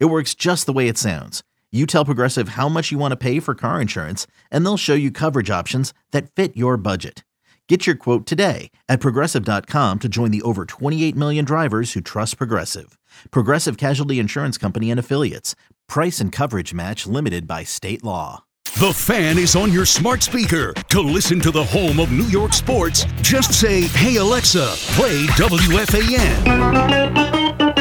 It works just the way it sounds. You tell Progressive how much you want to pay for car insurance, and they'll show you coverage options that fit your budget. Get your quote today at progressive.com to join the over 28 million drivers who trust Progressive. Progressive Casualty Insurance Company and Affiliates. Price and coverage match limited by state law. The fan is on your smart speaker. To listen to the home of New York sports, just say, Hey Alexa, play WFAN.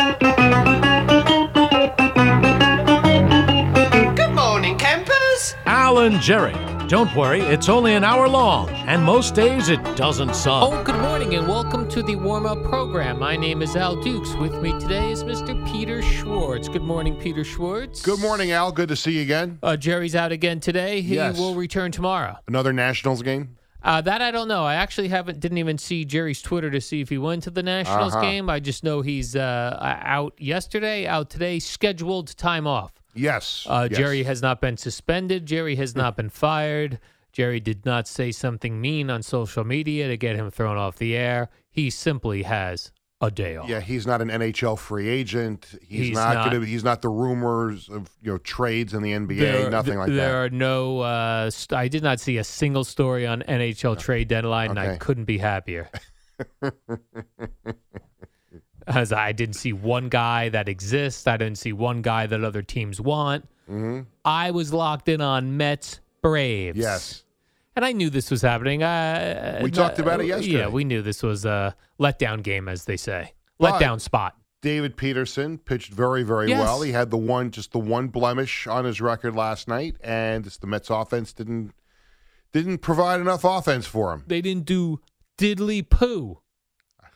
Good morning, campers. Alan Jerry. Don't worry, it's only an hour long, and most days it doesn't suck. Oh, good morning and welcome to the warm up program. My name is Al Dukes. With me today is Mr. Peter Schwartz. Good morning, Peter Schwartz. Good morning, Al. Good to see you again. Uh, Jerry's out again today. He Yes. will return tomorrow. Another Nationals game. Uh, that I don't know. I actually haven't didn't even see Jerry's Twitter to see if he went to the Uh-huh. Nationals game. I just know he's uh, out yesterday, out today, scheduled time off. Yes. Uh, yes. Jerry has not been suspended. Jerry has not been fired. Jerry did not say something mean on social media to get him thrown off the air. He simply has a day off. Yeah, he's not an NHL free agent. He's, He's not, not. gonna. He's not the rumors of you know trades in the NBA. There- nothing like there that. are no. Uh, st- I did not see a single story on NHL trade deadline, and I Okay. couldn't be happier. As I didn't see one guy that exists. I didn't see one guy that other teams want. Mm-hmm. I was locked in on Mets Braves. Yes. and I knew this was happening. Uh, We uh, talked about it Yeah, yesterday. we knew this was a letdown game, as they say, But- letdown spot. David Peterson pitched very, very Yes. well. He had the one, just the one blemish on his record last night, and it's the Mets offense didn't didn't provide enough offense for him. They didn't do diddly poo.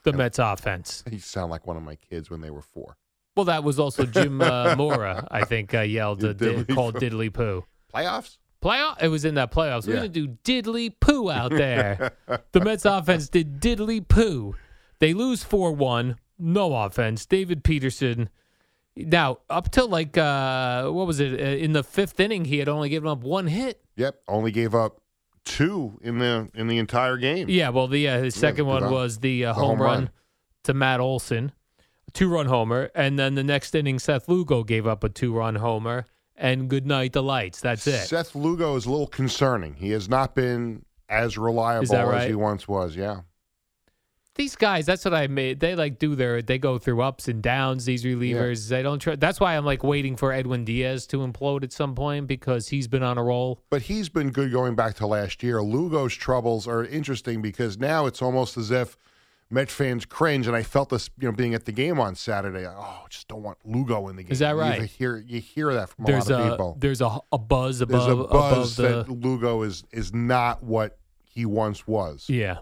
The Mets offense. He sound like one of my kids when they were four. Well, that was also Jim uh, Mora. I think uh, yelled uh, di- Diddly called poo. diddly poo. Playoffs. Playoff. It was in that playoffs. We're Yeah. gonna do diddly poo out there. the Mets offense did diddly poo. They lose four one. No offense. David Peterson. Now up till like uh, what was it Uh, in the fifth inning? He had only given up one hit. Yep. Only gave up two in the in the entire game. Yeah. Well, the uh, his second good one on- was the, uh, the home, home run, run. to Matt Olson, two run homer, and then the next inning Seth Lugo gave up a two run homer. And good night, the lights. That's it. Seth Lugo is a little concerning. He has not been as reliable right? as he once was. Yeah. these guys that's what i made they like do their they go through ups and downs these relievers they don't try that's why i'm like waiting for edwin diaz to implode at some point because he's been on a roll But he's been good going back to last year. Lugo's troubles are interesting because now it's almost as if Met fans cringe, and I felt this, you know, being at the game on Saturday. Oh, I just don't want Lugo in the game. Is that right? You hear, you hear that from there's a lot of a people. there's a, a buzz There's above a buzz above that the Lugo is is not what he once was. yeah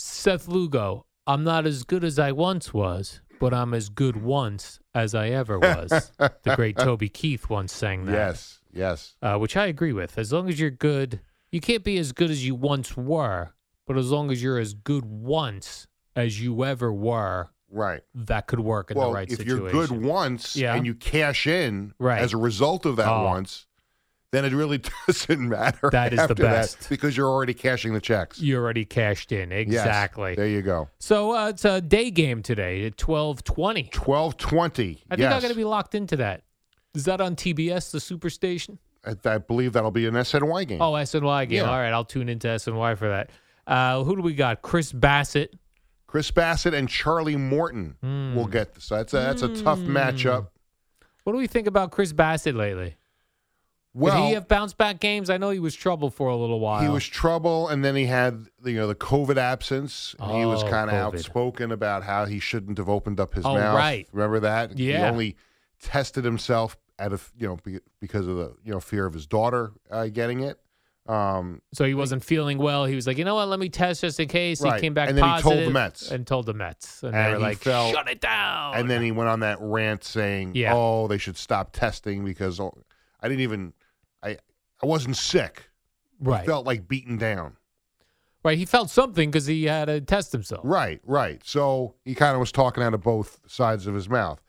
seth lugo i'm not as good as i once was but i'm as good once as i ever was the great toby keith once sang that Yes, yes. uh, which I agree with. As long as you're good, you can't be as good as you once were, but as long as you're as good once as you ever were, Right. that could work in well, the right if situation. you're good once Yeah. and you cash in Right. as a result of that Oh. once, then it really doesn't matter. That is the after best. that because you're already cashing the checks. you already cashed in Yes. exactly. There you go. so uh, it's a day game today at twelve twenty. Twelve twenty. I think I'm going to be locked into that. Is that on TBS, the Superstation? I, I believe that'll be an SNY game. Oh, SNY game. Yeah. All right, I'll tune into SNY for that. Uh, who do we got? Chris Bassett. Chris Bassett and Charlie Morton will Hmm. get this. That's a, that's a tough matchup. What do we think about Chris Bassett lately? Well, Did he have bounce back games? I know he was trouble for a little while. He was trouble, and then he had you know the COVID absence. he was Oh, kind of COVID. outspoken about how he shouldn't have opened up his Oh, mouth. right. Remember that? He Yeah. only tested himself out of you know be- because of the you know fear of his daughter uh, getting it. Um, So he wasn't feeling well. He was like, you know what? Let me test just in case. Right. He came back And then he told the positive Mets. and told the Mets, and, And they were he like, felt- shut it down. and then he went on that rant saying, Yeah. "Oh, they should stop testing because oh, I didn't even I I wasn't sick. I right, felt like beaten down." right, he felt something because he had to test himself. Right, right. So he kind of was talking out of both sides of his mouth.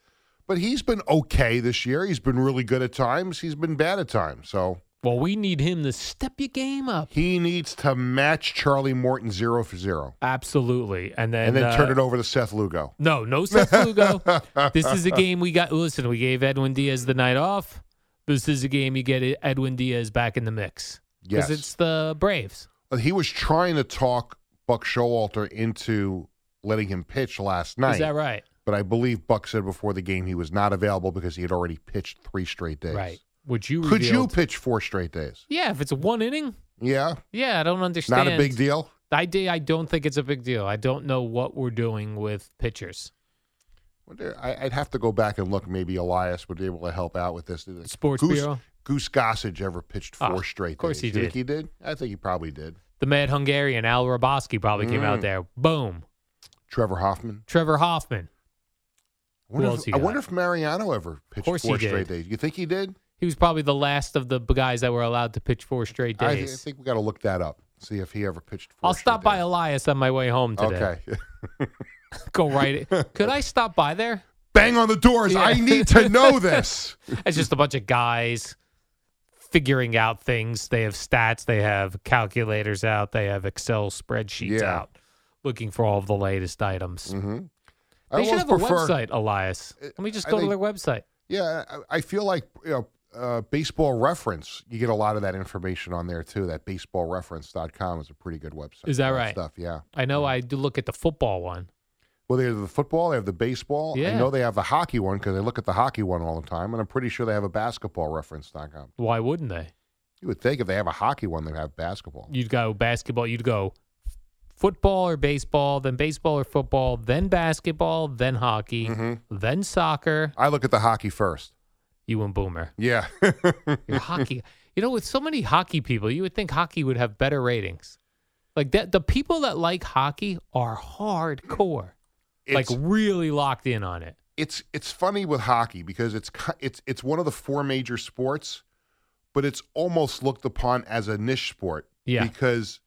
But he's been okay this year. He's been really good at times. He's been bad at times. So Well, we need him to step your game up. he needs to match Charlie Morton zero for zero Absolutely, and then and, then uh, turn it over to Seth Lugo. No, no Seth Lugo. this is a game we got. Listen, we gave Edwin Diaz the night off. This is a game you get E- Edwin Diaz back in the mix Yes. it's the Braves. he was trying to talk Buck Showalter into letting him pitch last night. Is that right? But I believe Buck said before the game he was not available because he had already pitched three straight days. Right. Would you? Could you revealed- pitch four straight days? Yeah, if it's one inning. Yeah. Yeah, I don't understand. Not a big deal. I, di- I don't think it's a big deal. I don't know what we're doing with pitchers. Wonder, I, I'd have to go back and look. Maybe Elias would be able to help out with this. Did it- Sports Goose, Bureau. Goose Gossage ever pitched Ah, four straight? of course days. he You did. think he did. I think he probably did. The Mad Hungarian Al Roboski probably came Mm. out there. Boom. Trevor Hoffman. Trevor Hoffman. I wonder, Who if, else he I got? wonder if Mariano ever pitched course he four did. straight days. You think he did? He was probably the last of the b- guys that were allowed to pitch four straight I, thi- I days. think we got to look that up. See if he ever pitched. four I'll straight stop by days. Elias on my way home today. Okay. Go right. Could I stop by there? Bang on the doors. Yeah. I need to know this. It's just a bunch of guys figuring out things. They have stats, they have calculators out, they have Excel spreadsheets Yeah. Mm-hmm. out looking for all of the latest items. I They should almost have prefer- Uh, a website, Elias. Let me just I go think- to their website. Yeah, I, I feel like you know, uh, baseball reference. You get a lot of that information on there too. That baseballreference.com is a pretty good website. Is that for right? Stuff. Yeah. I know I do look at the football one. Well, they have the football, they have the baseball. I Yeah. know they have the hockey one because I look at the hockey one all the time, and I'm pretty sure they have a basketball reference.com. Why wouldn't they? You would think if they have a hockey one, they have basketball. You'd go basketball, you'd go football or baseball, then baseball or football, then basketball, then hockey, Mm-hmm. then soccer. I look at the hockey first. You and Boomer. Yeah. Your hockey. You know, with so many hockey people, you would think hockey would have better ratings. Like that, the people that like hockey are hardcore, like It's- really locked in on it. it's it's funny with hockey because it's ki- it's it's one of the four major sports, but it's almost looked upon as a niche sport. Yeah. Because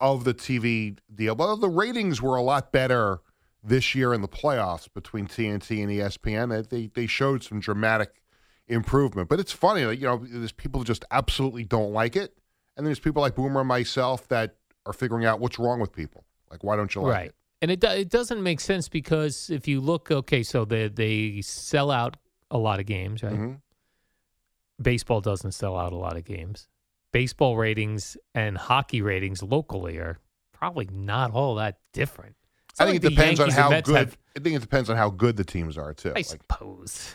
of the TV deal, but the ratings were a lot better this year in the playoffs between TNT and E ESPN. They- They they showed some dramatic improvement, but it's funny that you know there's people who just absolutely don't like it, and there's people like Boomer and myself that are figuring out what's wrong with people. Like, why don't you like right. it? And it do- it doesn't make sense because if you look, okay, so they they sell out a lot of games, right? Mhm. Baseball doesn't sell out a lot of games. Baseball ratings and hockey ratings locally are probably not all that different. It's I not think like the it depends on Yankees and how Mets good. have- I think it depends on how good the teams are too. I Like, suppose.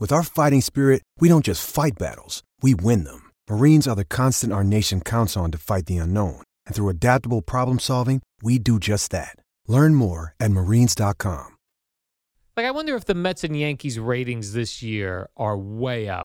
With our fighting spirit, we don't just fight battles, we win them. Marines are the constant our nation counts on to fight the unknown. And through adaptable problem solving, we do just that. Learn more at marines.com. Like, I wonder if the Mets and Yankees ratings this year are way up.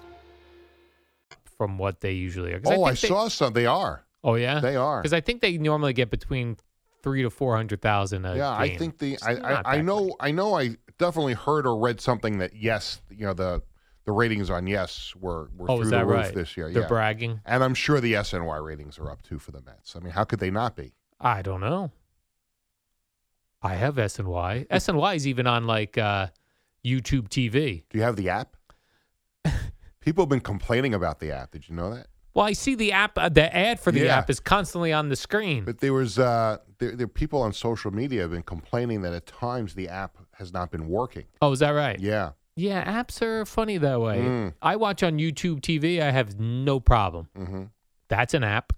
From what they usually are. 'Cause Oh, I, think they- saw some. They are. Oh yeah, They are. Because I think they normally get between three to four hundred thousand. Yeah, I think the I, not I, I that know I know I definitely heard or read something that yes, you know the the ratings on yes were were Oh, through is the that roof right? this year. They're yeah. bragging? and I'm sure the SNY ratings are up too for the Mets. I mean, how could they not be? I don't know. I have S and Y. S and Y is even on like uh, YouTube TV. Do you have the app? People have been complaining about the app. Did you know that? Well, I see the app. Uh, the ad for the Yeah. app is constantly on the screen. But there was uh, there, there are people on social media have been complaining that at times the app has not been working. oh, is that right? Yeah, Yeah, apps are funny that way. Mm. I watch on YouTube TV. I have no problem. Mhm. That's an app.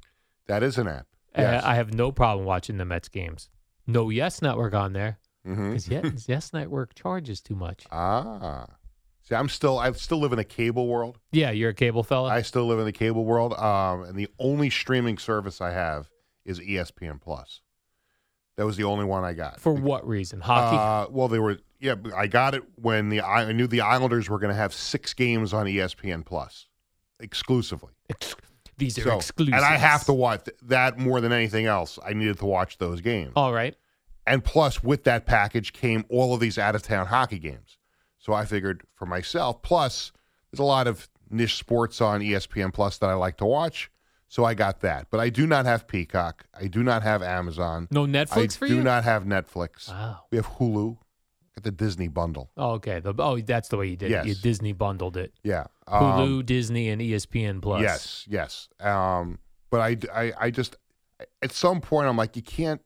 that is an app. Uh, Yes. I have no problem watching the Mets games. No Yes Network on there Mhm. because yes, yes Network charges too much. Ah, see, I'm still I still live in a cable world. Yeah, you're a cable fella. I still live in the cable world, um, and the only streaming service I have is E ESPN Plus. That was the only one I got. For what reason? Hockey? Uh, well, they were yeah. but I got it when the I I knew the Islanders were going to have six games on E ESPN Plus exclusively. Ex- These are So- exclusive. and I have to watch th- that more than anything else. I needed to watch those games, All right. and plus with that package came all of these out of town hockey games. So I figured for myself. Plus, there's a lot of niche sports on E ESPN Plus that I like to watch. So I got that, but I do not have Peacock. I do not have Amazon. No Netflix I for do you? Ah. not have Netflix. Wow. We have Hulu. Got the Disney bundle. Oh, okay. The, oh, that's the way you did it. You Yes. Disney bundled it. Yeah. Hulu, Um, Disney, and E ESPN Plus. Yes. Yes. Um, but I, d- I, I just, at some point, I'm like, you can't.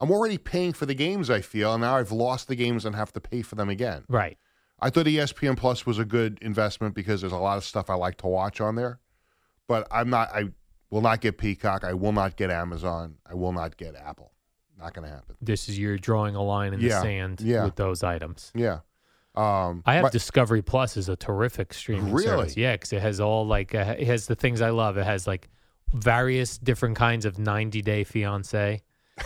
I'm already paying for the games. I feel, and now I've lost the games and have to pay for them again. Right. I thought E ESPN Plus was a good investment because there's a lot of stuff I like to watch on there. But I'm not. I will not get Peacock. I will not get Amazon. I will not get Apple. Not going to happen. This is you're drawing a line in the Yeah, sand yeah. with those items. Yeah. Um, I have my- Discovery Plus is a terrific streaming Really? service. Yeah, because it has all like uh, it has the things I love. It has like various different kinds of 90 Day Fiance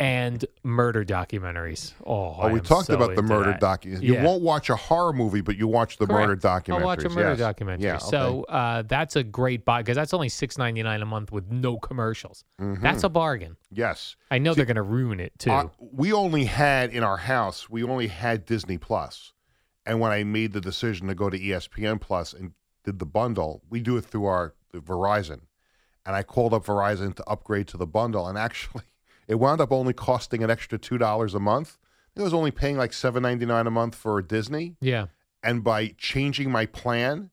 and murder documentaries. Oh, Oh, I we am talked so about the into murder that. documentary. You Yeah. won't watch a horror movie, but you watch the Correct. murder documentary. I'll watch a murder documentary. Yeah, So uh, that's a great buy because that's only six ninety nine a month with no commercials. Mm-hmm. That's a bargain. yes, I know they're going to ruin it too. Uh, we only had in our house. We only had Disney Plus, and when I made the decision to go to E ESPN Plus and did the bundle, we do it through our Verizon, and I called up Verizon to upgrade to the bundle, and actually, it wound up only costing an extra two dollars a month. I was only paying like seven ninety nine a month for Disney. yeah. and by changing my plan,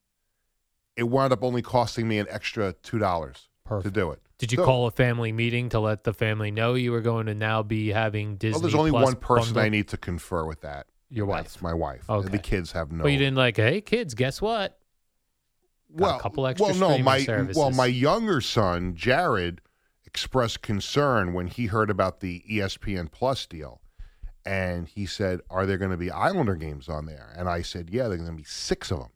it wound up only costing me an extra two dollars to Perfect. do it. Did you So- call a family meeting to let the family know you were going to now be having Disney? Well, there's only Plus one person I bundle? need to confer with that. Your That's wife. my wife. Okay. The kids have no. But you didn't like, hey kids, guess what? Got a couple extra well, no, streaming my well, services. my younger son Jared expressed concern when he heard about the E ESPN Plus deal, and he said, "Are there going to be Islander games on there?" And I said, "Yeah, there's going to be six of them."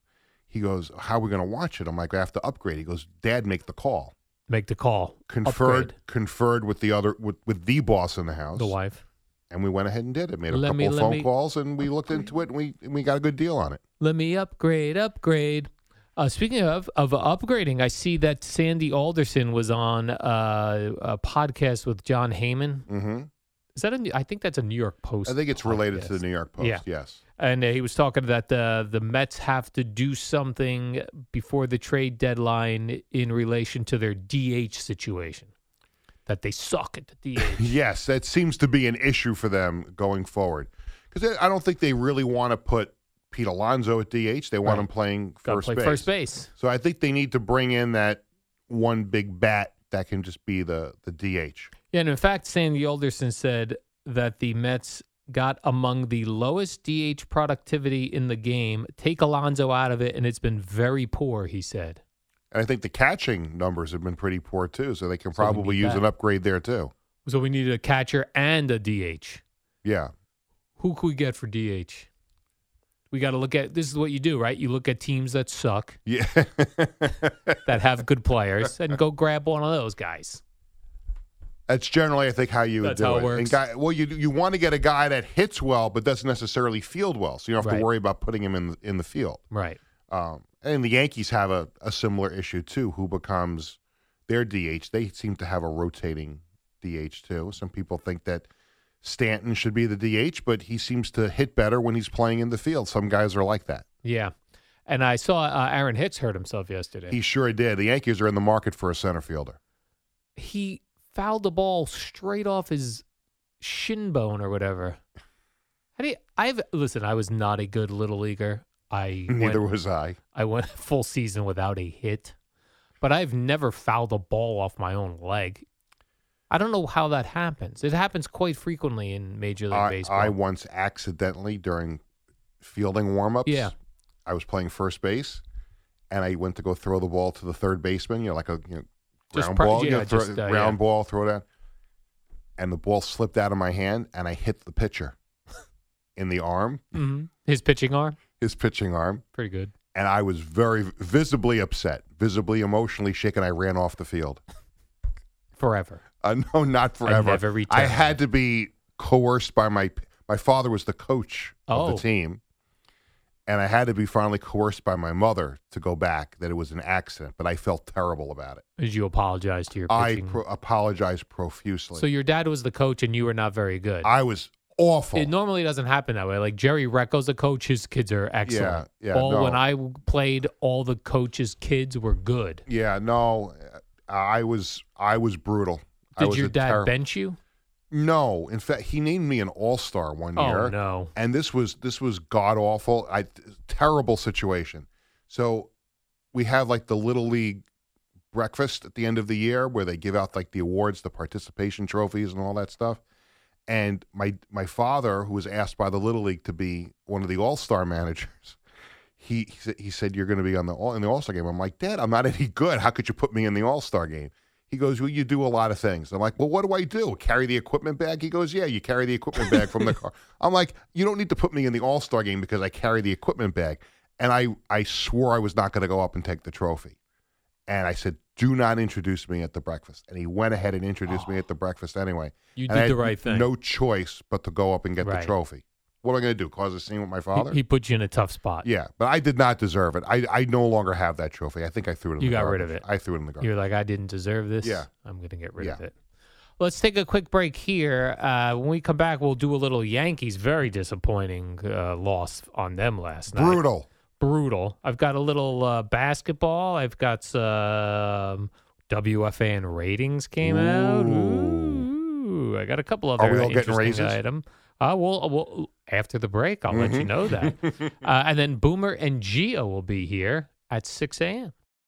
He goes, "How are we going to watch it?" I'm like, "I have to upgrade." He goes, "Dad, make the call." Make the call. Conferred, Upgrade conferred with the other with, with the boss in the house, the wife. and we went ahead and did it. Made a Let couple me- of let phone me- calls, and we looked into it, and we and we got a good deal on it. Let me upgrade, upgrade. Uh, speaking of of upgrading, I see that Sandy Alderson was on uh, a podcast with John Heyman. hmm Is that a? New- I think that's a New York Post. I think it's related to the podcast. New York Post. Yeah. Yes. And uh, he was talking that the the Mets have to do something before the trade deadline in relation to their DH situation. That they suck at the DH. Yes, that seems to be an issue for them going forward because I don't think they really want to put Pete Alonso at DH. They want Right. him playing Got to first play base. first base. So I think they need to bring in that one big bat that can just be the the DH. Yeah, and in fact, Sandy Alderson said that the Mets got among the lowest DH productivity in the game. Take Alonzo out of it, and it's been very poor, he said. And I think the catching numbers have been pretty poor too, so they can So we probably need use that. an upgrade there too. So we needed a catcher and a DH. Yeah. Who could we get for DH? We got to look at this is what you do, right? You look at teams that suck, yeah, that have good players, and go grab one of those guys. That's generally, I think, how you would That's do how it it. And works. guy, well, you you want to get a guy that hits well but doesn't necessarily field well, so you don't have Right. to worry about putting him in the, in the field. Right. Um, and the Yankees have a, a similar issue too. Who becomes their DH? They seem to have a rotating DH too. Some people think that Stanton should be the DH, but he seems to hit better when he's playing in the field. Some guys are like that. Yeah. And I saw uh, Aaron Hicks hurt himself yesterday. He sure did. The Yankees are in the market for a center fielder. he fouled the ball straight off his shin bone or whatever. How do you, I've listen. I was not a good little leaguer. I Neither went, was I. I went a full season without a hit, but I've never fouled a ball off my own leg. I don't know how that happens. It happens quite frequently in Major League I, Baseball. I once accidentally during fielding warmups. Yeah. I was playing first base, and I went to go throw the ball to the third baseman. You know, like a you know, Just ground pro- ball, you yeah, know, throw, just, uh, round yeah. ball, throw it out, and the ball slipped out of my hand, and I hit the pitcher in the arm, Mhm. His pitching arm, his pitching arm, pretty good. and I was very visibly upset, visibly emotionally shaken. I ran off the field. Forever. Uh, no, not forever. never I returned. had to be coerced by my my father was the coach Oh. of the team, and I had to be finally coerced by my mother to go back that it was an accident. But I felt terrible about it. Did you apologize to your I pitching? pro- apologized profusely. so your dad was the coach, and you were not very good. I was awful. It normally doesn't happen that way. Like Jerry Recco's a coach; his kids are excellent. yeah, All no. when I w- played, all the coaches' kids were good. yeah, no, I was I was brutal. I Did was your a dad terri- bench you? No, in fact, he named me an all star one Oh, year. no. and this was this was god awful. I terrible situation. So we have like the little league breakfast at the end of the year where they give out like the awards, the participation trophies, and all that stuff. And my my father, who was asked by the little league to be one of the all star managers, he he said, he said you're going to be on the all in the all star game. I'm like, Dad, I'm not any good. How could you put me in the all star game? He goes, Well, you do a lot of things. I'm like, Well, what do I do? Carry the equipment bag? He goes, Yeah, you carry the equipment bag from the car. I'm like, You don't need to put me in the All Star game because I carry the equipment bag. And I, I swore I was not going to go up and take the trophy. And I said, Do not introduce me at the breakfast. And he went ahead and introduced me at the breakfast anyway. You And did I had the right thing. No choice but to go up and get Right. the trophy. What am I going to do? Cause a scene with my He, father? he put you in a tough spot. yeah, but I did not deserve it. I, I no longer have that trophy. I think I threw it in You the got garbage. rid of it. I threw it in the garbage. You're like, I didn't deserve this. Yeah. I'm going to get rid of Yeah. it. Let's take a quick break here. Uh, when we come back, we'll do a little Yankees. Very disappointing uh, loss on them last night. Brutal. brutal. I've got a little uh, basketball. I've got some WFAN ratings came out. Ooh, I got a couple of Are we other all getting interesting raises? item. Uh, we'll, we'll- after the break, I'll let you Mhm. know that. uh, and then Boomer and Geo will be here at 6 a.m.